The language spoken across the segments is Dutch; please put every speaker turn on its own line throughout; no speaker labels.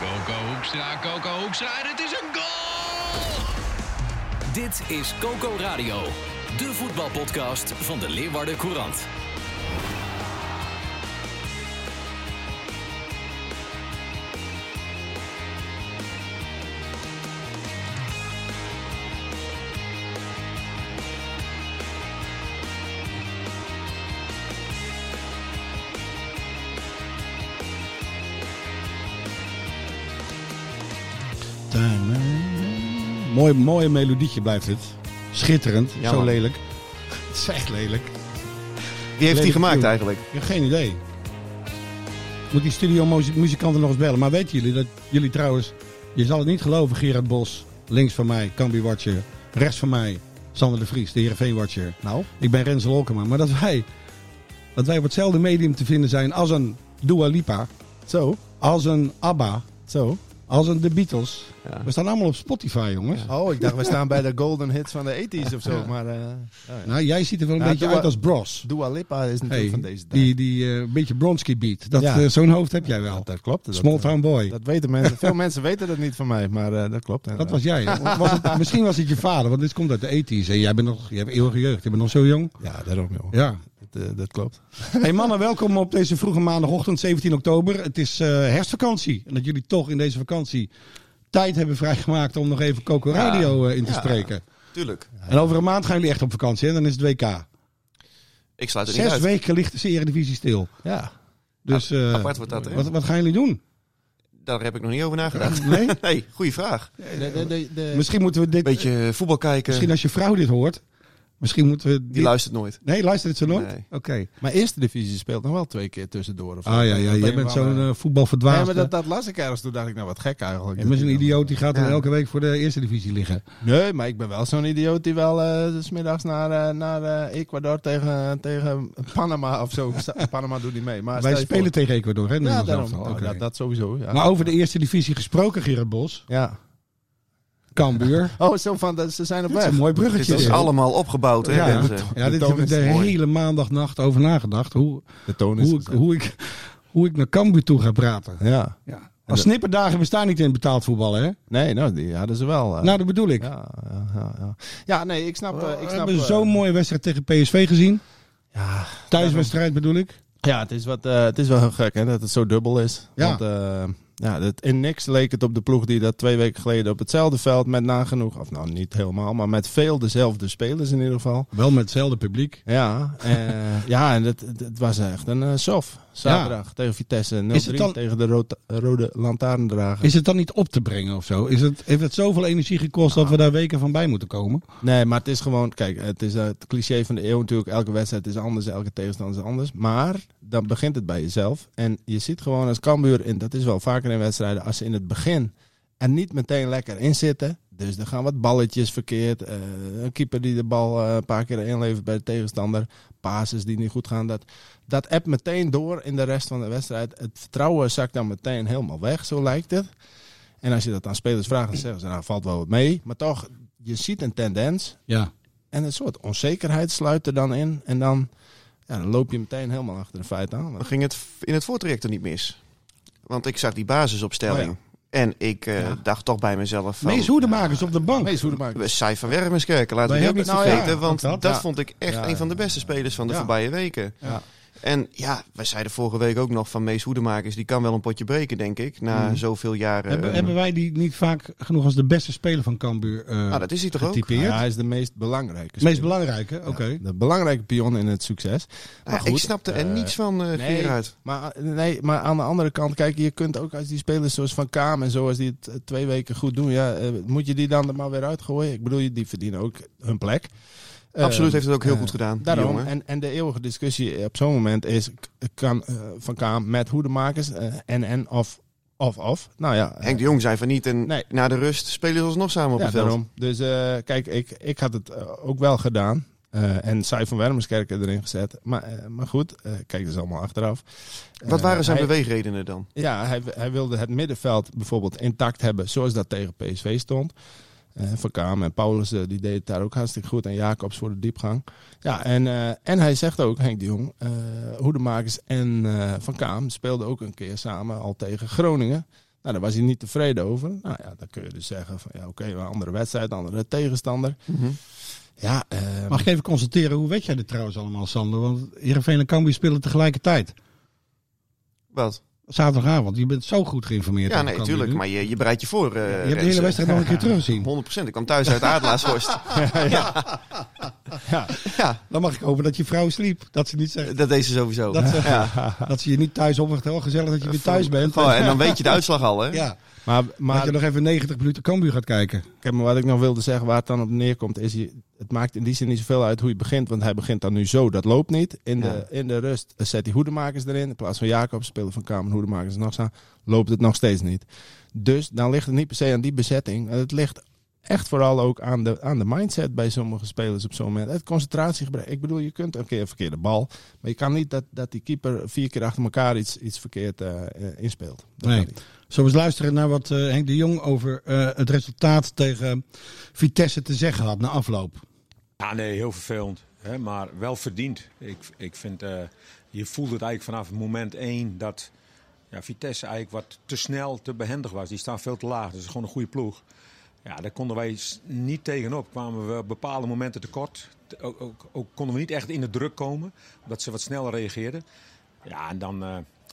Coco Hoekstra, Coco Hoekstra en het is een goal!
Dit is Coco Radio, de voetbalpodcast van de Leeuwarden Courant.
Mooi, mooi melodietje blijft het. Schitterend,
Ja,
zo
man.
lelijk. Het is echt lelijk.
Wie heeft
Lelijk
die gemaakt
tune.
eigenlijk?
Ik heb geen idee. Moet die studio muzi- muzikanten nog eens bellen. Maar weten jullie dat jullie trouwens, je zal het niet geloven, Gerard Bos, links van mij, Cambi Watcher, rechts van mij, Sander de Vries, de Heerenveen Watcher.
Nou,
Ik ben Rens Lolkema, maar dat wij, dat wij op hetzelfde medium te vinden zijn als een Dua Lipa,
zo,
als een ABBA,
zo.
als een The Beatles.
Ja.
We staan allemaal op Spotify, jongens.
Oh, ik dacht we staan bij de golden hits van de 80s of zo. Maar eh
Nou, jij ziet er wel een
Ja,
beetje
Dua-
uit als Bros.
Dua Lipa is natuurlijk
Hey,
van deze dag.
die die eh, beetje Bronski beat. Dat,
Ja.
eh, zo'n hoofd heb jij wel.
dat klopt. Dat,
Small
eh,
Town Boy. Dat,
Dat weten mensen. Veel mensen weten dat niet van mij, maar eh, dat klopt. inderdaad.
was jij. hè? Was het- misschien was het je vader, want dit komt uit de 80s. En jij bent nog, jij hebt eeuwige jeugd. Je bent nog zo jong.
Ja, daarom joh.
Ja.
Dat, eh, dat klopt.
Hey mannen, welkom op deze vroege maandagochtend, 17 oktober. Het is eh, herfstvakantie. En dat jullie toch in deze vakantie tijd hebben vrijgemaakt om nog even Coco Radio eh, in te
Ja.
spreken.
Tuurlijk.
En over een maand gaan jullie echt op vakantie en dan is het WK.
Ik sluit het niet
Zes
uit.
weken ligt de Eredivisie stil.
Ja.
Dus eh,
apart wordt dat, hè?
wat, wat gaan jullie doen?
Daar heb ik nog niet over nagedacht.
Nee?
Nee, goede vraag. Een
Misschien moeten we dit...
beetje eh, voetbal kijken,
Misschien als je vrouw dit hoort. Misschien moeten we...
die luistert nooit.
Nee, luistert het zo nooit?
Nee.
Oké.
Maar eerste divisie speelt nog wel twee keer tussendoor. Of zo.
Ah ja, ja.
Op
jij bent
een of andere-
zo'n eh voetbalverdwaasde.
Nee, maar dat, dat las ik ergens. Toen dacht ik, nou wat gek eigenlijk.
Je bent zo'n idioot die gaat dan
Ja.
elke week voor de eerste divisie liggen.
Nee, maar ik ben wel zo'n idioot die wel eh, 's middags naar, eh, naar eh, Ecuador tegen, tegen Panama of zo. Panama doet niet mee. Maar
Wij
stel je
spelen
voor-
tegen Ecuador, hè?
Ja,
Nederlands
daarom.
elftal.
Nou,
Oké. Nou,
dat, dat sowieso. Ja.
Maar over de eerste divisie gesproken, Gerard Bos.
ja.
Cambuur.
Oh, zo van, dat- ze zijn op
Dat is
weg.
een mooi
Dit
bruggetje.
is
dit.
allemaal opgebouwd, hè?
Ja, ja,
mensen?
ja, dit
toon
heb ik de
is
mooi.
hele maandagnacht over nagedacht. Hoe,
De toon
hoe, ik, hoe, ik, hoe ik naar Cambuur toe ga praten.
Ja.
Ja. Als snipperdagen bestaan niet in betaald voetbal, hè?
Nee, nou, die hadden ze wel. eh.
nou, dat bedoel ik.
ja, ja, ja, ja. ja, nee, ik snap... eh, ik
we
snap
hebben
eh,
zo'n mooie wedstrijd tegen PSV gezien.
Ja,
Thuiswedstrijd bedoel ik.
ja het, is wat, eh, het is wel heel gek hè, dat het zo dubbel is.
Ja.
Want, eh, ja, dat, in niks leek het op de ploeg die dat twee weken geleden op hetzelfde veld met nagenoeg... Of nou, niet helemaal, maar met veel dezelfde spelers in ieder geval.
Wel met hetzelfde publiek.
Ja, eh, ja en het, het- het was echt een eh, sof. Zaterdag tegen Vitesse 0-3
Is het dan-
tegen de rood- rode lantaarndrager.
Is het dan niet op te brengen of zo? Is het, heeft het zoveel energie gekost dat we daar weken van bij moeten komen?
Nee, maar het is gewoon, kijk, het is eh, het cliché van de eeuw natuurlijk. Elke wedstrijd is anders, elke tegenstander is anders. Maar dan begint het bij jezelf. En je ziet gewoon als Cambuur, en dat is wel vaker in wedstrijden, als ze in het begin er niet meteen lekker in zitten. Dus er gaan wat balletjes verkeerd. eh, een keeper die de bal eh, een paar keer inlevert bij de tegenstander. Pases die niet goed gaan. Dat, dat appt meteen door in de rest van de wedstrijd. Het vertrouwen zakt dan meteen helemaal weg, zo lijkt het. En als je dat aan spelers vraagt, dan zeggen ze, nou valt wel wat mee. Maar toch, je ziet een tendens.
Ja.
En een soort onzekerheid sluit er dan in. En dan, ja, dan loop je meteen helemaal achter de feiten aan.
Dan ging het v- in het voortraject er niet mis. Want ik zag die basisopstelling.
Oh,
En ik eh, dacht toch bij mezelf van...
Mees Hoedemakers op de bank.
Mees Hoedemakers.
Saai van Wermerskerken, laten we
Wij
die ook niet
hebben- nou ja,
vergeten. want
ook dat.
dat,
Ja.
vond ik echt
Ja,
een van de beste spelers van de
Ja.
voorbije weken.
Ja.
En ja, wij zeiden vorige week ook nog van Mees Hoedemakers. Die kan wel een potje breken, denk ik. Na zoveel jaren.
Mhm. Hebben,
eh,
hebben wij die niet vaak genoeg als de beste speler van Cambuur eh
nou, dat is hij toch ook?
getypeerd?
Ja, hij is de meest belangrijke.
Het meest
speler.
belangrijke, oké.
De belangrijke pion in het succes.
Nou,
Maar goed,
ik snapte er
eh,
niets van, eh
nee.
Gerard.
Maar, eh, nee, maar aan de andere kant, kijk, je kunt ook als die spelers zoals Van Kaam en zo, als die het eh, twee weken goed doen, ja, eh, moet je die dan er maar weer uitgooien? Ik bedoel, die verdienen ook hun plek.
Absoluut
Eh,
heeft het ook heel
eh,
goed gedaan. die
Daarom.
jongen.
En, en de eeuwige discussie op zo'n moment is: k- kan eh, Van Kaam met hoedemakers eh, en en of Of, of. Nou ja. eh,
Henk de Jong zei van niet en
Nee.
na de rust spelen ze alsnog samen op
ja,
het veld.
daarom. Dus eh, kijk, ik, ik had het eh, ook wel gedaan. Eh, en Sai van Wermerskerken erin gezet. Maar, eh, maar goed, eh, kijk, dat is allemaal achteraf.
Wat
Eh,
waren zijn
hij-
beweegredenen dan?
Ja, hij, hij wilde het middenveld bijvoorbeeld intact hebben, zoals dat tegen PSV stond. Eh, van Kaam en Paulus, eh, die deed het daar ook hartstikke goed. En Jacobs voor de diepgang. Ja, en, eh, en hij zegt ook, Henk de Jong, eh, Hoedemakers en eh, Van Kaam speelden ook een keer samen al tegen Groningen. Nou, daar was hij niet tevreden over. Nou ja, dan kun je dus zeggen van, ja oké, een andere wedstrijd, andere tegenstander. Ja, eh,
Mhm. Mag ik even constateren, hoe weet jij dit trouwens allemaal, Sander? Want Heerenveen en Cambuur spelen tegelijkertijd.
Wat?
Zaterdagavond. Je bent zo goed geïnformeerd.
Ja,
over
nee,
Cambuur
tuurlijk.
nu.
Maar je, je bereidt je voor. eh,
je hebt de hele
Rensen.
wedstrijd nog een keer teruggezien.
100%. Ik kwam thuis uit Adelaarshorst. ja.
Ja.
ja,
Dan mag ik hopen dat je vrouw sliep. Dat ze niet zegt
dat deed ze sowieso.
Dat
eh,
ze-
ja.
dat ze je niet thuis opwacht. Oh, gezellig dat je weer thuis bent.
Goh, Oh, en dan weet je de uitslag al, hè?
Ja,
maar,
dat
maar
je nog even 90 minuten Cambuur gaat kijken.
Kijk, maar wat ik nog wilde zeggen, waar het dan op neerkomt, is je, het maakt in die zin niet zoveel uit hoe je begint. Want hij begint dan nu zo, dat loopt niet. In, de, in de rust zet hij hoedemakers erin. In plaats van Jacob, spelen van Kamer, hoedemakers nog staan, loopt het nog steeds niet. Dus dan ligt het niet per se aan die bezetting. Het ligt echt vooral ook aan de, aan de mindset bij sommige spelers op zo'n moment. Het concentratiegebrek. Ik bedoel, je kunt een keer een verkeerde bal. Maar je kan niet dat, dat die keeper vier keer achter elkaar iets, iets verkeerd eh, eh, inspeelt. Dat
Nee.
kan niet.
Zullen we eens luisteren naar wat eh, Henk de Jong over eh, het resultaat tegen Vitesse te zeggen had na afloop?
Ja, nee, heel vervelend. Hè, maar wel verdiend. Ik, ik vind, eh, je voelde het eigenlijk vanaf moment één dat ja, Vitesse eigenlijk wat te snel, te behendig was. Die staan veel te laag. Dat is gewoon een goede ploeg. Ja, daar konden wij s- niet tegenop. Kwamen we op bepaalde momenten tekort. T- Ook, ook, ook konden we niet echt in de druk komen, omdat ze wat sneller reageerden. Ja, en dan, eh,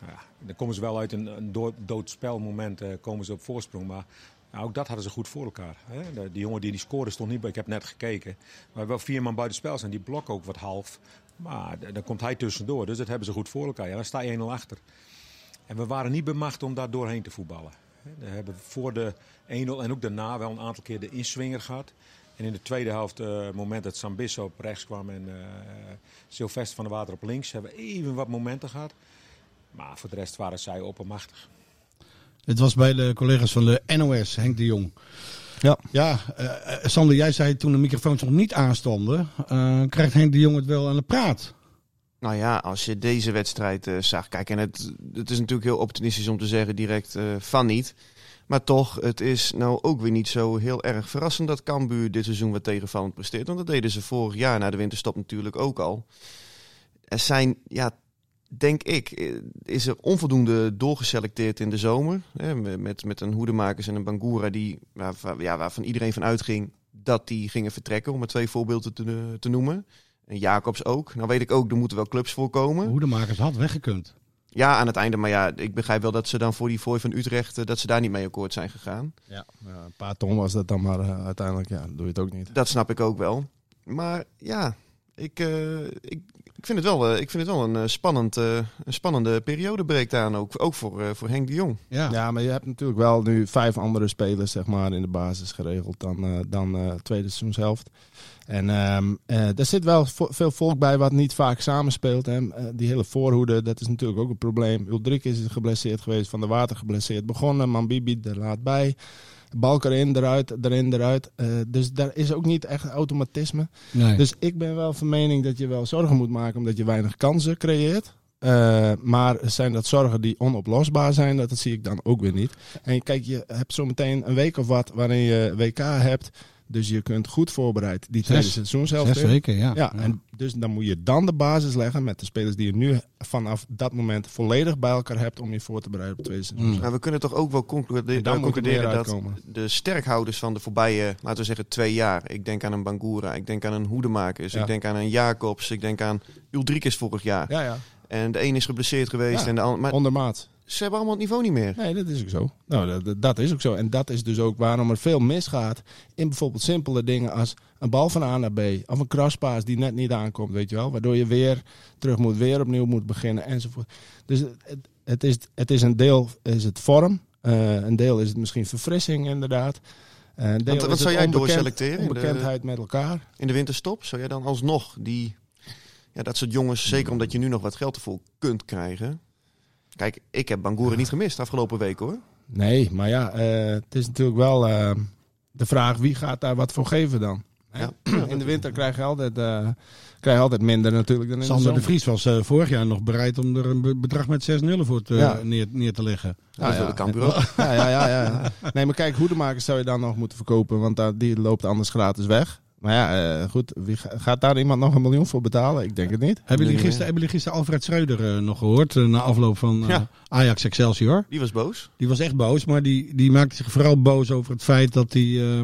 ja, dan komen ze wel uit een, een dood, doodspelmoment eh, komen ze op voorsprong. Maar nou, ook dat hadden ze goed voor elkaar. Hè? De, die jongen die die scoorde stond niet bij. Ik heb net gekeken. Maar wel vier man buitenspel zijn. Die blok ook wat half. Maar d- dan komt hij tussendoor. Dus dat hebben ze goed voor elkaar. Ja, dan sta je 1-0 achter. En we waren niet bemacht om daar doorheen te voetballen. We hebben voor de 1-0 en ook daarna wel een aantal keer de inswinger gehad. En in de tweede helft, eh, het moment dat Sambisso op rechts kwam en eh Sylvester van der Water op links, hebben we even wat momenten gehad. Maar voor de rest waren zij oppermachtig.
Het was bij de collega's van de NOS, Henk de Jong.
Ja.
Ja, eh, eh, Sander, jij zei toen de microfoons nog niet aanstonden, eh, krijgt Henk de Jong het wel aan de praat.
Nou ja, als je deze wedstrijd eh, zag. Kijk, en het, het is natuurlijk heel optimistisch om te zeggen direct eh, van niet. Maar toch, het is nou ook weer niet zo heel erg verrassend dat Cambuur dit seizoen wat tegenvallend presteert. Want dat deden ze vorig jaar na de winterstop natuurlijk ook al. Er zijn, ja, denk ik, eh, is er onvoldoende doorgeselecteerd in de zomer. Hè, met, met een Hoedemakers en een Bangura die, waar, waar- ja, waarvan iedereen van uitging dat die gingen vertrekken. Om maar twee voorbeelden te, te noemen. En Jacobs ook. Nou weet ik ook, er moeten wel clubs voorkomen.
Hoedemakers had weggekund.
Ja, aan het einde. Maar ja, ik begrijp wel dat ze dan voor die fooi van Utrecht... eh, dat ze daar niet mee akkoord zijn gegaan.
Ja, ja, een paar ton was dat dan, maar eh, uiteindelijk ja, doe je het ook niet.
Dat snap ik ook wel. Maar ja, ik, eh, ik, ik, vind, het wel, eh, ik vind het wel een, eh, spannend, eh, een spannende periode breekt aan. Ook, ook voor, eh, voor Henk de Jong.
Ja.
Ja, maar je hebt natuurlijk wel nu vijf andere spelers zeg maar, in de basis geregeld dan, eh dan eh, tweede seizoenshelft. En ehm, eh, er zit wel vo- veel volk bij wat niet vaak samenspeelt. Hè. Eh, die hele voorhoede, dat is natuurlijk ook een probleem. Uldrik is geblesseerd geweest, Van der Water geblesseerd begonnen. Mambibi er laat bij. Balk erin, eruit, erin, eruit. Eh, dus daar is ook niet echt automatisme.
Nee.
Dus ik ben wel van mening dat je wel zorgen moet maken omdat je weinig kansen creëert. Eh, maar zijn dat zorgen die onoplosbaar zijn? Dat zie ik dan ook weer niet. En kijk, je hebt zometeen een week of wat waarin je WK hebt. Dus je kunt goed voorbereid die tweede
Zes-
seizoen zelf
Zes weken, ja.
ja, en dus dan moet je dan de basis leggen met de spelers die je nu vanaf dat moment volledig bij elkaar hebt om je voor te bereiden op het tweede seizoen.
Mm.
Maar Nou, we kunnen toch ook wel conclu-
En dan
eh,
moet er
concluderen
meer
dat
uitkomen.
de sterkhouders van de voorbije, laten we zeggen, twee jaar. Ik denk aan een Bangura, ik denk aan een Hoedemakers,
Ja.
ik denk aan een Jacobs, ik denk aan Uldrikus vorig jaar.
Ja, ja,
En de een is geblesseerd geweest
Ja.
en de ander... Maar
ondermaat.
ze hebben allemaal het niveau niet meer.
Nee, dat is ook zo. Nou, dat- dat, dat is ook zo. En dat is dus ook waarom er veel misgaat in bijvoorbeeld simpele dingen als een bal van A naar B of een crosspaas die net niet aankomt, weet je wel. Waardoor je weer terug moet, weer opnieuw moet beginnen enzovoort. Dus het- het, het, is, het is een deel is het vorm, eh, een deel is het misschien verfrissing inderdaad. Eh, Een deel
wat
is
zou
het
jij
onbekend-
doorselecteren in de-
Onbekendheid met elkaar.
In de winterstop zou jij dan alsnog die, ja, dat soort jongens, zeker omdat je nu nog wat geld ervoor kunt krijgen. Kijk, ik heb Bangura niet gemist afgelopen week hoor.
Nee, maar ja, eh, het is natuurlijk wel eh, de vraag wie gaat daar wat voor geven dan. hè?
Ja.
In de winter krijg je altijd, eh, krijg je altijd minder natuurlijk dan in
Sander
de
de
zomer.
Vries was eh, vorig jaar nog bereid om er een be- bedrag met 6 nullen voor te, eh,
Ja.
neer, neer te leggen.
dat wilde Cambuur ook.
Ja, ja, ja, ja, ja. Nee, maar kijk, hoedemakers zou je dan nog moeten verkopen, want daar, die loopt anders gratis weg. Maar ja, eh, goed, wie ga- gaat daar iemand nog een miljoen voor betalen? Ik denk het niet.
Hebben jullie
Nee,
gisteren,
nee.
hebben jullie gisteren Alfred Schreuder eh, nog gehoord eh, na afloop van eh,
Ja.
Ajax Excelsior?
Die was boos.
Die was echt boos, maar die, die maakte zich vooral boos over het feit dat hij eh,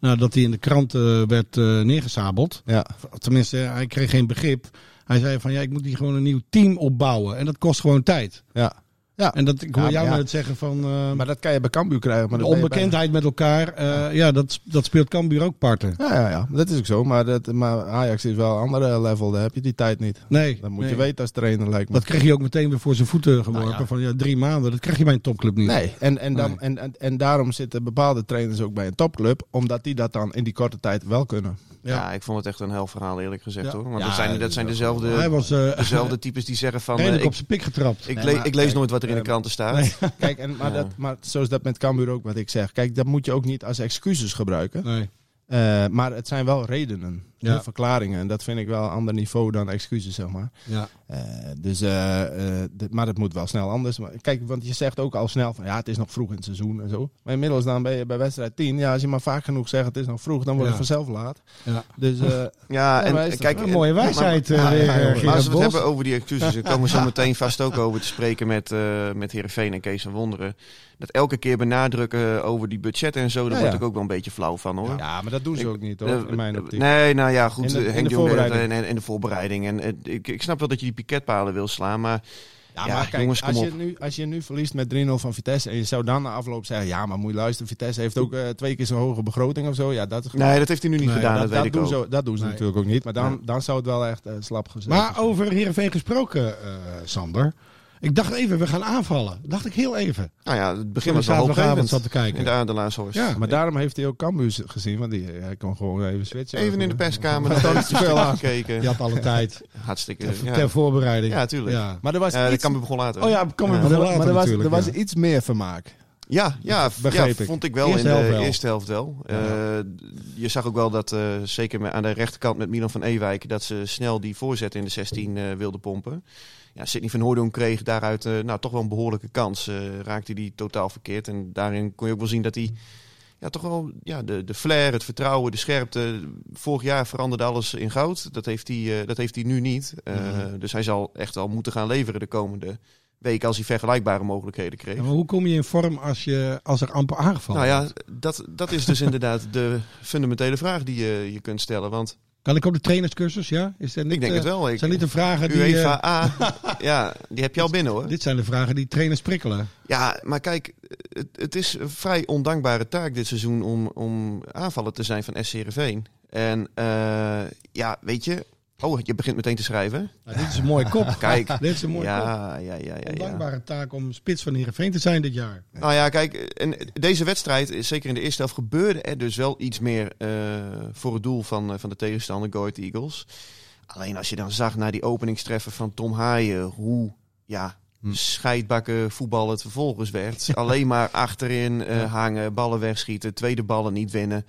nou, dat hij in de krant eh, werd eh neergesabeld.
Ja,
Tenminste, eh, hij kreeg geen begrip. Hij zei van ja, ik moet hier gewoon een nieuw team opbouwen. En dat kost gewoon tijd.
ja. ja.
En dat, ik hoor
Ja, maar
jou
ja.
net zeggen van eh,
Maar dat kan je bij Cambuur krijgen. Maar
de
dat ben je bij-
onbekendheid met elkaar. eh, ja, dat, dat speelt Cambuur ook parten.
Ja, ja, ja, dat is ook zo. Maar, dat, maar Ajax is wel een andere level. Daar heb je die tijd niet.
Nee,
Dat moet
nee.
je weten als trainer, lijkt me.
Dat kreeg je ook meteen weer voor zijn voeten geworpen.
Nou ja.
Van ja, drie maanden, dat krijg je bij een topclub niet.
Nee, en, en, dan,
Nee.
en, en, en daarom zitten bepaalde trainers ook bij een topclub. Omdat die dat dan in die korte tijd wel kunnen.
Ja.
Ja. ik vond het echt een hel verhaal eerlijk gezegd
Ja.
hoor. Want
Ja,
dat zijn,
dat
dat
is
zijn
ook
dezelfde,
Hij was eh,
dus
dezelfde types die zeggen van... eh,
redelijk op
ik,
zijn pik getrapt.
ik,
Nee,
le-
maar
ik lees
kijk,
nooit wat er in de
eh,
kranten staat.
nee.
Kijk, en, maar,
Ja.
dat, maar zo is dat met Cambuur ook wat ik zeg. Kijk, dat moet je ook niet als excuses gebruiken.
Nee.
Eh, maar het zijn wel redenen.
Ja.
hè, Verklaringen. En dat vind ik wel een ander niveau dan excuses, zeg maar.
Ja.
Eh, dus, eh, eh, dit- maar het moet wel snel anders. Maar kijk, want je zegt ook al snel van ja, het is nog vroeg in het seizoen en zo. Maar inmiddels dan ben je bij wedstrijd 10. Ja, als je maar vaak genoeg zegt het is nog vroeg, dan wordt
Ja.
het vanzelf laat.
Ja.
Dus eh,
Ja,
Ja,
en
maar is dat
kijk...
wel
Een
en-
mooie
maar-
wijsheid eh,
Ja,
weer,
ja,
eh,
joh.
Gerard
Maar als we het
Bos.
hebben over die excuses, dan komen we zo meteen vast ook over te spreken met, eh met Heerenveen en Kees van Wonderen. Dat elke keer benadrukken eh, over die budgetten en zo, daar
Ja,
word
ja.
ik ook wel een beetje flauw van hoor.
ja, maar dat doen ze
Ik-
ook niet hoor,
Eh,
in mijn optiek.
Nee, nou ja, goed.
In de-
eh,
in
Henk
de
Jong deed dat en,
voorbereiding.
en, en de voorbereiding. En, eh, ik, ik snap wel dat je die piketpalen wil slaan, maar
Ja,
Ja,
maar kijk,
jongens, kom
als, je
op.
nu, als je nu verliest met 3-0 van Vitesse en je zou dan na afloop zeggen, ja, maar moet je luisteren, Vitesse heeft ook eh, twee keer zo'n hoge begroting of zo. Ja, dat is
nee, dat heeft hij nu niet
Nee,
gedaan,
dat,
dat,
dat
weet ik
doen
ook.
Ze, dat doen ze
Nee.
natuurlijk ook niet. Maar dan,
Nee.
dan zou het wel echt eh, slap gezet
Maar over Heerenveen gesproken, eh, Sander. Ik dacht even, we gaan aanvallen. Dacht ik heel even.
Nou ja, het begin
Toen ik
was al
zaterdagavond
opgevend.
zat te kijken.
In de Adelaarshorst.
Ja.
Maar daarom heeft hij ook Cambuur gezien, want die, eh, hij kon gewoon even switchen. eh,
Even in de perskamer,
Ja.
nog
Ja.
even spel aangekeken.
Je had alle tijd.
Hartstikke.
ter, ter
Ja,
voorbereiding.
ja tuurlijk. Ja.
Ja.
Maar er was
dat
iets...
kan begon later.
Oh ja, kom
Ja.
maar
maar er,
wel
was-
later
maar er was, er
natuurlijk,
was
ja.
iets meer vermaak.
Ja, ja, v-
Begreep
ja
ik.
vond ik wel
Eerste
in de
helft wel.
eerste helft wel. Eh, je zag ook wel dat, eh, zeker met- aan de rechterkant met Milan van Ewijk, dat ze snel die voorzet in de 16 eh, wilden pompen. Ja, Sidney van Hoordoen kreeg daaruit eh, nou, toch wel een behoorlijke kans. Eh, raakte die totaal verkeerd. En daarin kon je ook wel zien dat hij ja, toch wel ja, de, de flair, het vertrouwen, de scherpte. Vorig jaar veranderde alles in goud. Dat heeft hij, eh, dat heeft hij nu niet. Eh,
Mm-hmm.
Dus hij zal echt wel moeten gaan leveren de komende weken als hij vergelijkbare mogelijkheden kreeg.
Ja, maar hoe kom je in vorm als, je, als er amper aangevallen
Nou ja,
wordt?
dat, dat is dus inderdaad de fundamentele vraag die je je kunt stellen. Want
Kan ik ook de trainerscursus? Ja? Is dat niet,
ik denk
eh,
het wel. Nou, Ik,
zijn niet de vragen die... eh,
UEFA A, ja, die heb je al binnen hoor.
dit zijn de vragen die trainers prikkelen.
Ja, maar kijk, het, het is een vrij ondankbare taak dit seizoen om, om aanvallen te zijn van SC Heerenveen. En eh, ja, weet je... Oh, je begint meteen te schrijven.
Nou, dit is een mooie kop.
Kijk.
Dit is een mooie kop.
Ja, ja, ja, ja, ja.
Ondankbare taak om spits van Heerenveen te zijn dit jaar.
Nou ja, kijk, en deze wedstrijd, zeker in de eerste helft, gebeurde er dus wel iets meer eh, voor het doel van, eh, van de tegenstander, Go Ahead Eagles. Alleen als je dan zag naar die openingstreffer van Tom Haaien, hoe ja, scheidbakken voetbal het vervolgens werd. Alleen maar achterin eh, hangen, ballen wegschieten, tweede ballen niet winnen.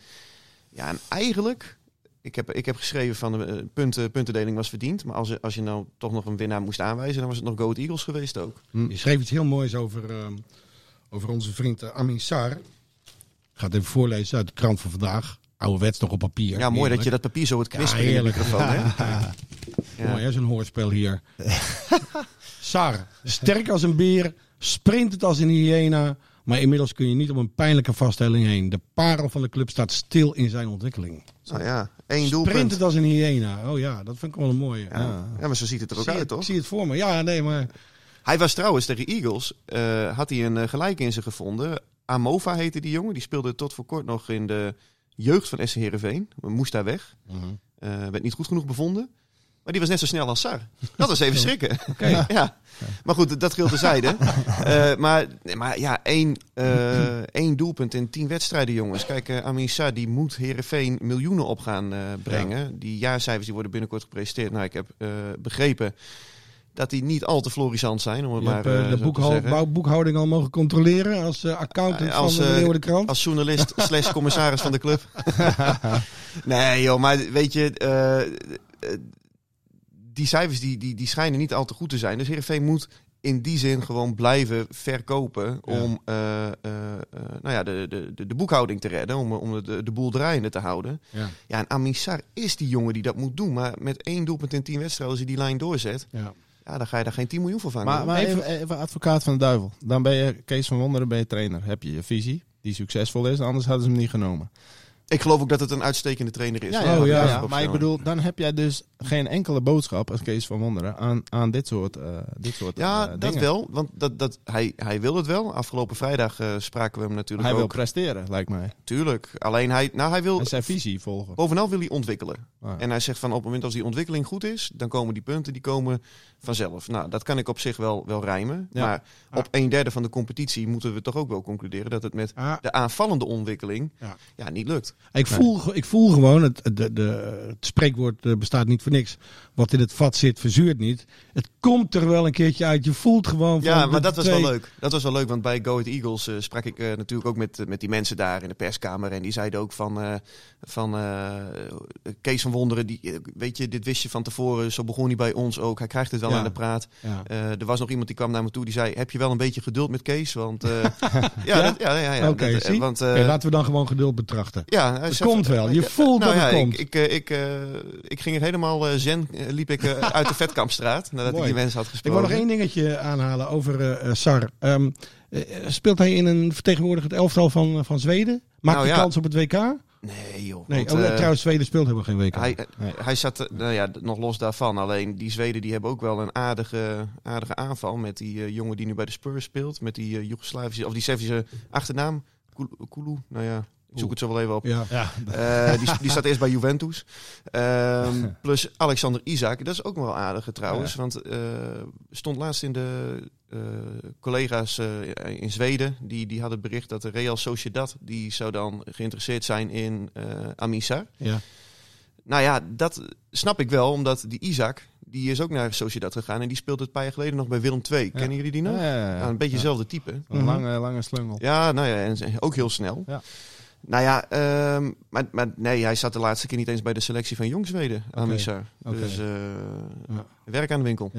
Ja, en eigenlijk, ik heb, ik heb geschreven van de eh, punten, puntendeling was verdiend. Maar als, je- als je nou toch nog een winnaar moest aanwijzen, dan was het nog Go Ahead Eagles geweest ook.
Je schreef iets heel moois over, ehm, over onze vriend eh, Amin Sar. Ik ga het even voorlezen uit de krant van vandaag. Ouderwets nog op papier.
Ja, mooi dat je dat papier zo het kwispelen in de
heerlijk.
microfoon, hè? Ja.
Mooi hè, zo'n hoorspel hier. Sar, sterk als een beer, sprintend als een hyena. Maar inmiddels kun je niet om een pijnlijke vaststelling heen. De parel van de club staat stil in zijn ontwikkeling.
Nou ja, één doelpunt.
Sprintend als een hyena. Oh ja, dat vind ik wel een mooie.
Ja. ja, maar zo ziet het er ook
Zie je-
uit,
Ik
toch?
zie het voor me. Ja, nee, maar...
Hij was trouwens tegen Eagles, eh, had hij een eh, gelijk in zich gevonden. Amova heette die jongen, die speelde tot voor kort nog in de jeugd van SC Heerenveen. Maar Moest daar weg,
Mhm.
Eh, werd niet goed genoeg bevonden. Maar die was net zo snel als Sar. Dat was even schrikken. Ja. Maar goed, dat geldt terzijde. Eh maar, nee, maar ja, één, eh, één doelpunt in tien wedstrijden, jongens. Kijk, eh, Amin Sar die moet Herenveen miljoenen op gaan eh, brengen. Die jaarcijfers die worden binnenkort gepresenteerd. Nou, ik heb eh, begrepen dat die niet al te florissant zijn. Om het
Je
maar,
hebt eh,
eh,
de
zo
boekhou-
te zeggen.
bou- boekhouding al mogen controleren als eh, accountant
Als,
van de
eh,
Leeuwardenkrant.
Als journalist slash commissaris van de club. nee joh, maar weet je, eh, eh, die cijfers die, die, die schijnen niet al te goed te zijn. Dus Heerenveen moet in die zin gewoon blijven verkopen
Ja.
om eh, eh, eh, nou ja, de, de, de, de boekhouding te redden, om, eh, om de, de boel draaiende te houden.
Ja.
Ja, en Amissar is die jongen die dat moet doen, maar met één doelpunt in tien wedstrijden, als hij die lijn doorzet,
Ja.
ja, dan ga je daar geen 10 miljoen voor vangen.
Maar, maar
hoor.
even, even advocaat van de duivel. Dan ben je Kees van Wonderen, ben je trainer. Heb je je visie, die succesvol is, anders hadden ze hem niet genomen.
ik geloof ook dat het een uitstekende trainer is.
Ja,
hoor.
ja,
Oh, ja.
ja,
Dat is ook
maar ik
zo.
bedoel, dan heb jij dus geen enkele boodschap als Kees van Wonderen aan, aan dit soort, eh, dit soort
Ja,
eh,
dat
dingen.
wel. Want dat, dat, hij, hij wil het wel. Afgelopen vrijdag eh, spraken we hem natuurlijk
Hij wil
ook.
presteren, lijkt mij.
Tuurlijk. Alleen hij, nou, hij wil,
En zijn visie volgen.
bovenal wil hij ontwikkelen.
Ah, ja.
En hij zegt van op het moment als die ontwikkeling goed is, dan komen die punten, die komen vanzelf. Nou, dat kan ik op zich wel, wel rijmen.
Ja.
Maar op een derde van de competitie moeten we toch ook wel concluderen dat het met
Ah.
de aanvallende ontwikkeling
Ja.
ja. niet lukt.
Ik voel, ge- ik voel gewoon, het, het- de, de, het spreekwoord eh, bestaat niet voor niks. Wat in het vat zit, verzuurt niet. Het komt er wel een keertje uit. Je voelt gewoon van...
Ja,
de
maar dat was
twee-
wel leuk. Dat was wel leuk, want bij Go Ahead Eagles eh, sprak ik eh, natuurlijk ook met, eh, met die mensen daar in de perskamer. En die zeiden ook van, eh, van eh, Kees van Wonderen, die, eh, weet je, dit wist je van tevoren. Zo begon hij bij ons ook. Hij krijgt het wel
Ja.
aan de praat.
Ja.
Eh, er was nog iemand die kwam naar me toe, die zei, heb je wel een beetje geduld met Kees? Want, eh, ja, dat- ja, ja, ja.
Oké,
dat, eh,
zie.
want, eh,
Oké, laten we dan gewoon geduld betrachten.
ja, hij
Het
zei
komt
van-
wel. Je
eh,
voelt
nou
dat het
ja,
komt.
Ik, ik, eh, ik, eh, ik ging er helemaal eh, zen, eh, liep ik eh, uit de Vetkampstraat, nadat
Mooi.
ik die mensen had
Ik
gesproken.
wil nog één dingetje aanhalen over eh, eh, Sar. Ehm, eh, speelt hij in een vertegenwoordigend elftal van, eh, van Zweden? Maakt
Nou
hij
ja.
kans op het WK?
Nee joh.
Nee,
want,
oh, ja,
eh,
trouwens, Zweden speelt helemaal geen WK.
Hij,
Nee.
hij zat, eh, nou ja, d- nog los daarvan. Alleen die Zweden die hebben ook wel een aardige, aardige aanval met die eh, jongen die nu bij de Spurs speelt. Met die eh, Joegoslavische, of die Servische achternaam. Kulu, Kulu, nou ja, ik zoek het zo wel even op.
ja.
Ja,
Eh, die, die staat eerst bij Juventus. Ehm, plus Alexander Isaac, dat is ook wel aardig trouwens. Want eh, stond laatst in de eh, collega's eh, in Zweden. Die, die hadden het bericht dat de Real Sociedad... die zou dan geïnteresseerd zijn in eh Amisa.
Ja.
Nou ja, dat snap ik wel. Omdat die Isaac, die is ook naar Sociedad gegaan. En die speelde het een paar jaar geleden nog bij Willem II. Kennen jullie die nog?
Ja, ja, ja.
Nou, een beetje
Ja.
hetzelfde type.
Mhm.
Een lange, lange slungel.
Ja, nou ja, en ook heel snel.
Ja.
Nou ja, ehm, maar, maar nee, hij zat de laatste keer niet eens bij de selectie van Jong Zweden, Amissar.
oké.
Dus eh,
Ja.
werk aan de winkel.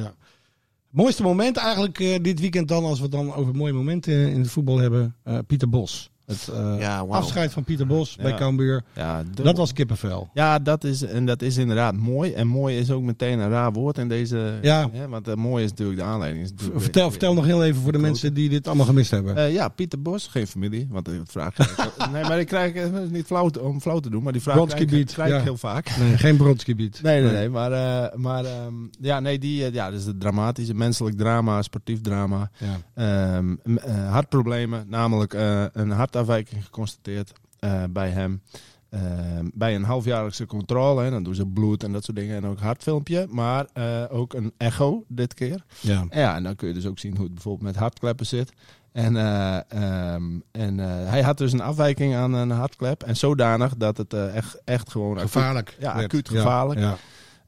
Mooiste moment eigenlijk eh, dit weekend dan, als we het dan over mooie momenten in het voetbal hebben. eh, Pieter Bos. Het eh,
Ja, wauw.
afscheid van Pieter Bos bij
Ja.
Cambuur.
Ja, dubbel.
Dat was kippenvel.
Ja, dat is, en dat is inderdaad mooi. En mooi is ook meteen een raar woord in deze...
Ja.
Hè, want eh, mooi is natuurlijk de aanleiding. Is
V-
natuurlijk-
Vertel, vertel nog heel even voor de mensen die dit allemaal gemist hebben.
Eh, ja, Pieter Bos, geen familie. Want eh, dat vraag ik- Nee, maar ik krijg... eh, het is niet flauw te- om flauw te doen, maar die vraag
Bronski
krijg, ik-
Beat,
krijg
ja.
ik heel vaak.
Nee, geen bronsgebied.
Nee, nee, nee. Maar, eh, maar ehm, ja, nee, die, eh, ja, dat is het dramatische. Menselijk drama, sportief drama.
Ja.
Ehm, m- eh, hartproblemen, namelijk eh, een hartafwijking geconstateerd eh, bij hem. Ehm, bij een halfjaarlijkse controle, hè, dan doen ze bloed en dat soort dingen en ook hartfilmpje, maar eh, ook een echo dit keer.
Ja.
En ja, en dan kun je dus ook zien hoe het bijvoorbeeld met hartkleppen zit. En, eh, ehm, en eh, hij had dus een afwijking aan een hartklep en zodanig dat het eh, echt, echt gewoon acuut-
Gevaarlijk.
Ja,
werd.
acuut gevaarlijk.
Ja, ja.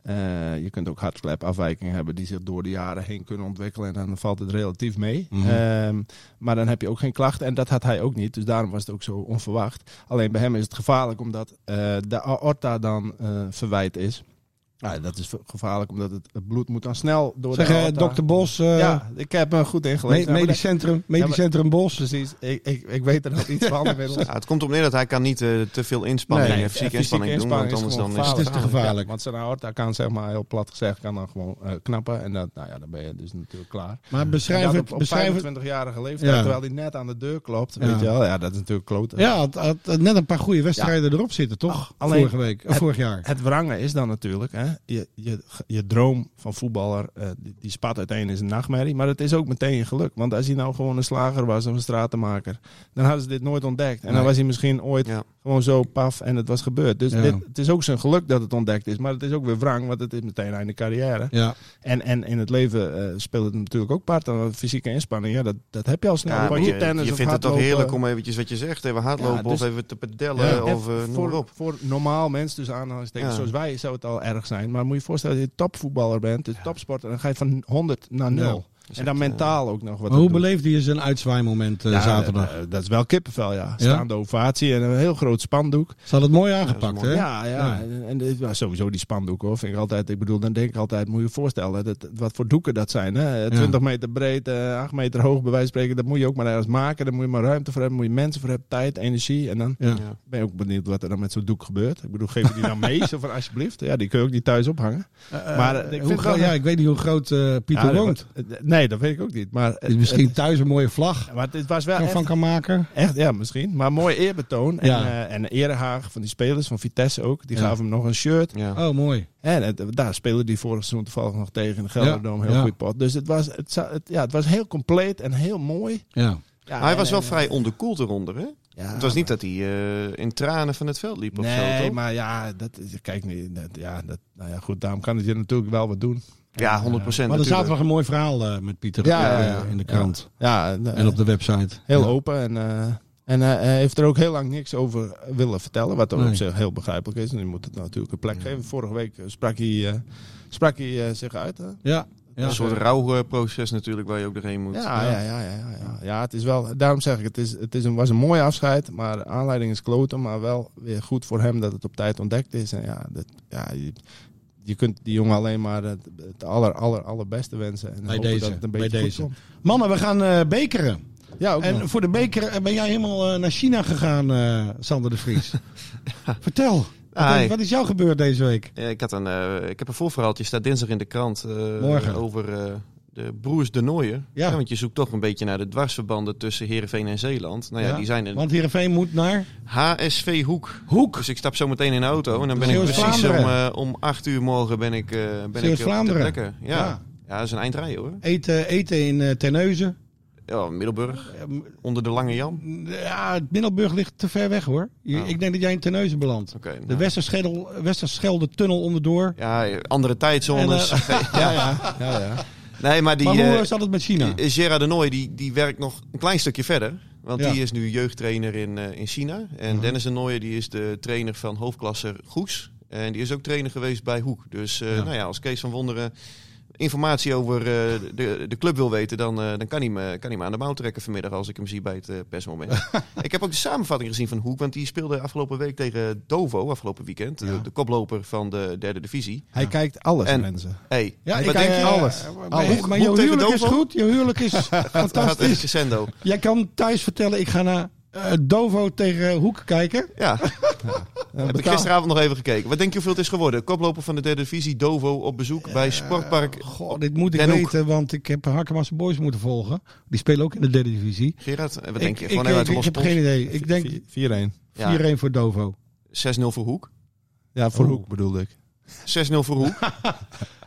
Eh, je kunt ook hartklepafwijkingen hebben die zich door de jaren heen kunnen ontwikkelen. En dan valt het relatief mee.
Mhm.
Ehm, maar dan heb je ook geen klachten. En dat had hij ook niet. Dus daarom was het ook zo onverwacht. Alleen bij hem is het gevaarlijk omdat eh, de aorta dan eh, verwijt is. Nou, dat is gevaarlijk omdat het, het bloed moet dan snel door
Zeg,
de
eh,
aorta.
dokter Bos, eh,
Ja, ik heb hem goed
me-
ingelezen. Ja, Nou, maar
medisch centrum, medisch
Ja, maar-
centrum Bos.
dat- precies. Ik, ik, ik weet er nog iets van inmiddels.
Ja, het komt op neer dat hij kan niet eh, te veel inspanning,
Nee,
eh,
eh,
fysieke, inspanning,
inspanning
doen. Want
is
anders dan
gewoon
is
het is te gevaarlijk.
Ja, want zijn aorta kan, zeg maar, heel plat gezegd, kan dan gewoon eh, knappen. En dat, nou ja, dan ben je dus natuurlijk klaar.
Maar
Ja,
beschrijf
op-
het.
op,
Beschrijf het.
25-jarige leeftijd,
Ja.
terwijl hij net aan de deur klopt.
Ja.
Weet je wel, ja, dat is natuurlijk klote.
Ja, het had had net een paar goede wedstrijden erop zitten, toch?
Ach, alleen-
vorige week, eh,
het-
vorig jaar.
Het wrange is dan natuurlijk, hè, je, je, je droom van voetballer, eh, die, die spat uiteen is een nachtmerrie. Maar het is ook meteen je geluk. Want als hij nou gewoon een slager was of een stratenmaker, dan hadden ze dit nooit ontdekt. En
Nee.
dan was hij misschien ooit
Ja.
Gewoon zo, paf, en het was gebeurd. Dus
Ja.
dit, het is ook zijn geluk dat het ontdekt is. Maar het is ook weer wrang, want het is meteen einde carrière.
Ja.
En, en in het leven eh, speelt het natuurlijk ook part. aan fysieke inspanning, ja, dat, dat heb je al snel.
Ja,
Van
maar
je,
je,
tennis
je
of
vindt het toch
hardlopen.
heerlijk om eventjes wat je zegt, even hardlopen
Ja, dus-
of even te pedellen
Ja.
of eh,
En
noem maar
voor,
op.
voor normaal mensen, dus aanhalingstekens,
Ja.
zoals wij, zou het al erg zijn. Maar moet je je voorstellen dat je topvoetballer bent, dus topsporter, dan ga je van 100 naar 0. en
eh,
dan mentaal ook nog wat.
Maar hoe
aan doen.
beleefde je zijn uitzwaai-moment eh,
Ja,
zaterdag?
eh, dat is wel kippenvel, ja. Staande ovatie en een heel groot spandoek.
Ze hadden het mooi aangepakt,
Ja, dat
hè?
is
Ja, ja.
Ja.
En, en dit- ja, sowieso die spandoek hoor. Vind ik altijd. Ik bedoel, dan denk ik altijd, moet je je voorstellen dat, wat voor doeken dat zijn. Hè? 20 meter breed, eh, 8 meter hoog, bij wijze van spreken. Dat moet je ook maar ergens maken. Daar moet je maar ruimte voor hebben. Moet je mensen voor hebben, tijd, energie. En dan
Ja.
ben je ook benieuwd wat er dan met zo'n doek gebeurt. Ik bedoel, geef je die dan mee? Zo van alsjeblieft. Ja, die kun je ook niet thuis ophangen. maar eh,
Ik,
vind wel-
ja, ik weet niet hoe groot eh, Pieter
Ja, dat-
woont.
Nee, dat weet ik ook niet. Maar,
Is misschien thuis een mooie vlag
maar het was wel echt-
van kan maken.
Echt, ja, misschien. Maar mooi eerbetoon. En,
Ja.
eh, en erehaag van die spelers, van Vitesse ook. Die
Ja.
gaven hem nog een shirt.
Ja.
Oh, mooi.
En het- daar speelde die vorig seizoen toevallig nog tegen in de Gelderdoom.
Ja,
Heel
ja.
goed pot. Dus het was, het, za- het- ja, het was heel compleet en heel mooi.
Ja.
Ja,
Maar hij
en-
was wel
en-
vrij onderkoeld eronder, hè?
ja,
het was niet dat hij eh, in tranen van het veld liep of zo,
Nee,
toch?
maar ja, dat, is- kijk, nee, dat, ja, dat, nou ja, goed, daarom kan het je natuurlijk wel wat doen.
Ja, 100 procent
Maar er zaten nog een mooi verhaal eh, met Pieter
Ja,
eh,
ja, ja.
in de krant.
Ja, en, eh,
En op de website.
heel
Ja.
open en... eh, en eh, hij heeft er ook heel lang niks over willen vertellen, wat
Nee.
op zich heel begrijpelijk is. En je moet het natuurlijk een plek geven. Vorige week eh, sprak hij, eh, sprak hij eh, zich uit. Hè?
Ja. ja.
Een soort rouwproces natuurlijk waar je ook doorheen moet.
Ja, ja, ja, ja, ja, ja. Ja, het is wel, daarom zeg ik, het, is, het is een, was een mooi afscheid, maar de aanleiding is kloten, maar wel weer goed voor hem dat het op tijd ontdekt is. En ja, dat, ja je, je kunt die jongen alleen maar het, het aller, aller, allerbeste wensen. En
Bij
hopen
deze,
dat het een
bij
beetje goed
deze.
komt.
Mannen, we gaan eh, bekeren.
Ja, ook
En
nog.
voor de beker eh, ben jij helemaal eh, naar China gegaan, eh, Sander de Vries. Vertel, wat,
Hi.
wat is jou gebeurd deze week?
Eh, Ik, had een, eh, ik heb een voorverhaaltje, staat dinsdag in de krant. eh,
Morgen.
Over eh, de broers de Nooier.
Ja.
Ja. want je zoekt toch een beetje naar de dwarsverbanden tussen Heerenveen en Zeeland. Nou ja,
Ja,
die zijn in
Want Heerenveen moet naar...
HSV Hoek.
Hoek.
Dus ik stap zo meteen in de auto en dan ben ik precies om,
Zeeuws-Vlaanderen.
eh, om acht uur morgen ben ik, eh, ben ik op de
Zeeuws-Vlaanderen.
plekken. Ja.
Ja.
Ja. dat is een eindrij hoor.
Eten, eten in eh, Terneuzen. Ehm,
Ja, Middelburg, onder de Lange Jan.
Ja, het Middelburg ligt te ver weg hoor. Je-
Oh.
Ik denk dat jij in Terneuzen belandt.
Oké. nou.
De Westerschedel, Westerschelde tunnel onderdoor.
Ja, andere tijdzones.
En,
Ja, ja, ja, ja.
nee, maar die...
maar hoe
eh,
eh, zat het met China?
Eh, Gerard de Nooy die, die werkt nog een klein stukje verder. Want
Ja. Mhm.
die is nu jeugdtrainer in, eh, in China. En Dennis de Nooy die is de trainer van hoofdklasser Goes. En die is ook trainer geweest bij Hoek. Dus eh,
Ja.
nou ja, als Kees van Wonderen informatie over eh, de, de club wil weten... dan, eh, dan kan, hij me, kan hij me aan de mouw trekken vanmiddag als ik hem zie bij het eh, persmoment. ik heb ook de samenvatting gezien van Hoek. Want die speelde afgelopen week tegen Dovo, afgelopen weekend. De, de koploper van de derde divisie.
Hij kijkt alles,
En-
mensen.
Hey,
Ja,
wat
ik
denk
kijk,
je?
eh,
Alles.
eh, maar- Maar
Alles.
Hoek
jouw
tegen
huwelijk is
Dovo?
goed. Je huwelijk is
Gaat even
fantastisch.
crescendo.
Jij kan thuis vertellen, ik ga naar eh, Dovo tegen Hoek kijken.
Ja. Heb ik
betaal-
gisteravond nog even gekeken. Wat denk je hoeveel het is geworden? Koploper van de derde divisie, Dovo, op bezoek bij Sportpark.
Eh, Goh, dit moet ik
Den Hoek.
weten, want ik heb Harkemasse Boys moeten volgen. Die spelen ook in de derde divisie.
Gerard, eh, wat denk je?
Ik,
Gewoon
ik,
even uit
ik,
de
ik
losse
heb geen idee. Ik denk 4-1
4-1.
pols. Ja,
voor Dovo.
6-0 voor Hoek. 6-0
Ja, voor
Oh.
Hoek bedoelde ik.
voor Hoek.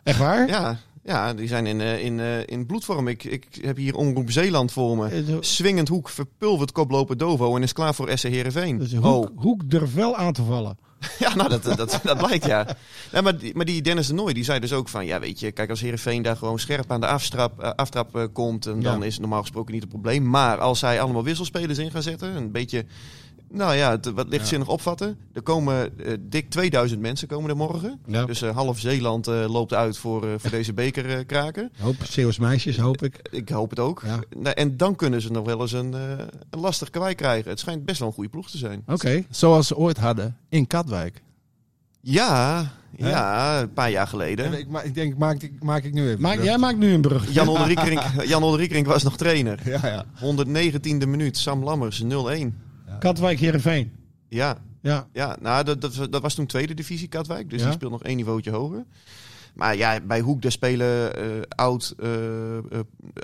Echt waar?
Ja, ja die zijn in, eh, in, eh, in bloedvorm. Ik, ik heb hier Omroep Zeeland voor me.
Eh, zo-
Swingend Hoek verpulvert koploper Dovo en is klaar voor SC Heerenveen.
Dus Hoek,
Oh,
Hoek durft wel aan te vallen.
Ja, nou, dat, dat, dat blijkt, ja. Nee, maar, die, maar die Dennis de Nooy, die zei dus ook van... Ja, weet je, kijk, als Heerenveen daar gewoon scherp aan de afstrap, eh, aftrap eh, komt... En dan
Ja.
is het normaal gesproken niet het probleem. Maar als zij allemaal wisselspelers in gaan zetten... Een beetje, nou ja, het wat lichtzinnig opvatten. Er komen eh, dik 2000 mensen komen er morgen.
Ja.
Dus eh, half Zeeland eh, loopt uit voor, eh, voor deze bekerkraken.
Hoop Zeeuws meisjes, hoop ik.
Ik hoop het ook.
Ja.
Nou, en dan kunnen ze nog wel eens een, eh, een lastig kwijt krijgen. Het schijnt best wel een goede ploeg te zijn.
Oké.
Zoals ze ooit hadden in Katwijk.
Ja, ja een paar jaar geleden.
Ik, ma- ik denk, maak ik, maak ik nu even.
Maak, jij maakt nu een brug.
Jan Olderiekrink, Jan Olderiekrink was nog trainer.
Ja, ja.
119e minuut, Sam Lammers, 0-1.
Katwijk, Heerenveen.
Ja,
Ja.
ja nou, dat, dat, dat was toen tweede divisie Katwijk. Dus
Ja.
die speelt nog één niveautje hoger. Maar ja, bij Hoek daar spelen eh, oud, eh, eh,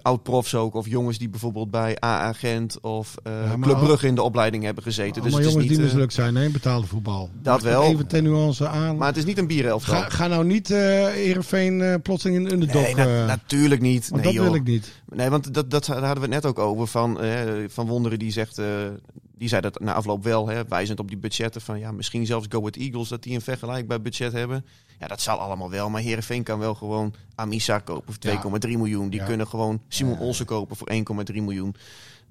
oud-profs ook. Of jongens die bijvoorbeeld bij AA Gent of eh
Ja, maar
Club
ook-
Brugge in de opleiding hebben gezeten. Dus
Allemaal
het is
jongens
niet,
die
eh,
mislukt zijn, hè, betaalde voetbal.
dat wel.
Even ten nuance aan.
maar het is niet een bierenelftal.
Ga, ga nou niet eh Heerenveen eh, plotseling in de underdog.
nee, na-
eh,
natuurlijk niet.
want dat
nee, joh.
wil ik niet.
Nee, want dat, dat, daar hadden we het net ook over. Van, eh, van Wonderen die zegt, eh, Die zei dat na afloop wel, hè, wijzend op die budgetten. Van ja, misschien zelfs Go Ahead Eagles dat die een vergelijkbaar budget hebben. Ja, dat zal allemaal wel. Maar Herenveen kan wel gewoon Amisa kopen
Ja.
voor 2,3 miljoen. Die
Ja.
kunnen gewoon Simon Olsen kopen voor 1,3 miljoen.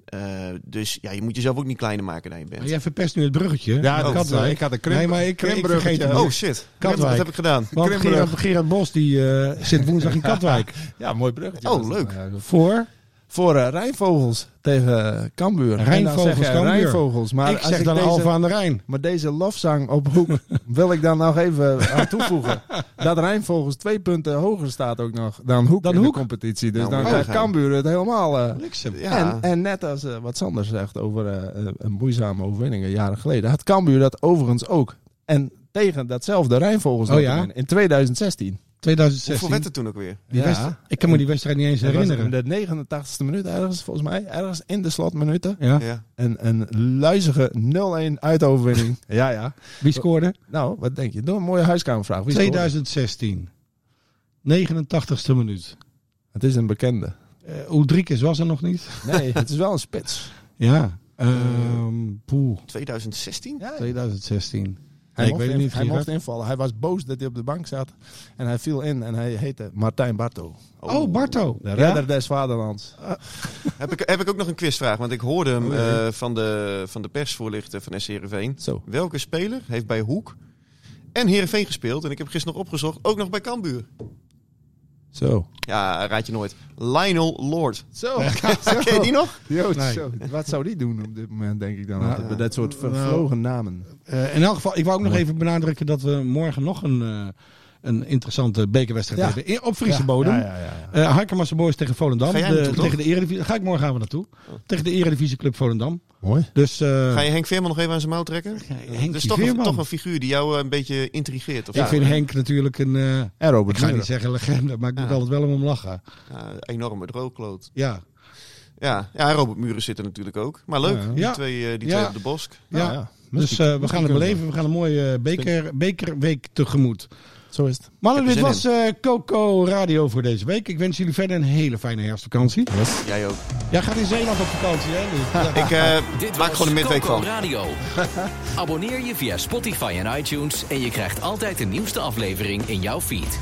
Eh, dus ja, je moet jezelf ook niet kleiner maken dan je bent.
Maar jij verpest nu het bruggetje.
Ja,
naar
dat is,
Katwijk.
eh, ik had een krimp-
Nee, maar ik, ik
krimpbruggetje.
vergeet het.
Oh
Oh,
shit,
Katwijk.
wat heb ik gedaan?
want
krimbrug.
Gerard, Gerard Bos die, eh, zit woensdag in Katwijk.
Ja, mooi bruggetje.
Oh,
was dat.
leuk.
Ja,
Voor?
Voor eh, Rijnvogels tegen eh, Cambuur. En dan
Rijnvogels,
zeg jij
Cambuur.
Rijnvogels. Maar
ik
als
zeg dan
deze,
Alfa aan de Rijn.
Maar deze lofzang op hoek wil ik dan nog even aan toevoegen. dat Rijnvogels twee punten hoger staat ook nog dan Hoek
Dan
in
Hoek?
de competitie. Dus
Nou,
dan
maar
krijgt
gaan.
Cambuur het helemaal... eh,
Ja.
En, en net als eh, wat Sander zegt over eh, eh, een moeizame overwinning een jaren geleden, had Cambuur dat overigens ook. En tegen datzelfde Rijnvogels
Oh
laten
ja?
winnen in 2016.
2016.
Hoeveel werd het toen ook weer?
Die
Ja.
wedstrijd- ik kan me die wedstrijd niet eens
Dat was
herinneren.
In de 89ste minuut ergens, volgens mij. Ergens in de slotminuten.
Ja.
Ja.
Een, een luizige 0-1 uitoverwinning. ja, ja.
Wie scoorde?
Nou, wat denk je? Doe een mooie huiskamervraag. Wie scoorde?
2016. 89ste minuut.
Het is een bekende.
Uh, Oedrikes was er nog niet.
Nee, het is wel een spits.
Ja. Ehm poeh.
2016?
Ja,
2016.
Hij,
Nee, ik weet
mocht,
het
in-
niet.
hij
Gerard.
mocht invallen. Hij was boos dat hij op de bank zat. En hij viel in en hij heette Martijn Barto.
Oh, Barto.
De
Ja?
redder des vaderlands.
Heb ik, heb ik ook nog een quizvraag, want ik hoorde hem
Oh, jee.
eh, van, de, van de persvoorlichter van SC Heerenveen.
Zo.
Welke speler heeft bij Hoek en Heerenveen gespeeld? En ik heb gisteren nog opgezocht, ook nog bij Cambuur.
Zo.
Ja, raad je nooit. Lionel Lord.
Zo.
Ken je die nog?
Jood,
Nee.
zo. Wat zou die doen op dit moment, denk ik dan?
Nou,
altijd, bij dat soort vervlogen namen.
Eh, in elk geval, ik wou ook nog even benadrukken dat we morgen nog een, eh, een interessante bekerwedstrijd
Ja.
hebben. In- op Friese bodem.
Ja, ja, ja, ja.
Eh Harkemasse Boys tegen Volendam.
Ga jij
De-
naartoe, toch? Oh.
tegen de Eredivisie. Ga ik morgen gaan we naartoe. Tegen de Eredivisie Club Volendam.
Mooi.
Dus eh,
Ga je Henk Veerman nog even aan zijn mouw trekken?
Henk
dus toch een,
Veerman.
toch een figuur die jou eh, een beetje intrigeert. Of
ik
zo,
vind
hè?
Henk natuurlijk een, eh,
En
ik
Robert
ga
Muren.
niet zeggen legende, maar ik moet
Ja.
altijd wel om hem lachen.
Ja, een enorme droogkloot.
Ja,
Ja. ja, Robert Muren zit er natuurlijk ook. Maar leuk,
Ja.
die,
Ja.
twee, eh, die
Ja.
twee op de bosk.
ja.
Nou ja,
Dus
mystiek.
eh, we gaan het beleven. We gaan een mooie eh, beker, bekerweek tegemoet.
Zo is het.
Mannen,
Ik
dit
heb er
was eh, Coco Radio voor deze week. Ik wens jullie verder een hele fijne herfstvakantie.
Jij ook.
Jij gaat in Zeeland op vakantie, hè? Luc? Ja.
Ik eh,
Dit
maak
was
gewoon een midweek
Coco
van.
Radio. Abonneer je via Spotify en iTunes en je krijgt altijd de nieuwste aflevering in jouw feed.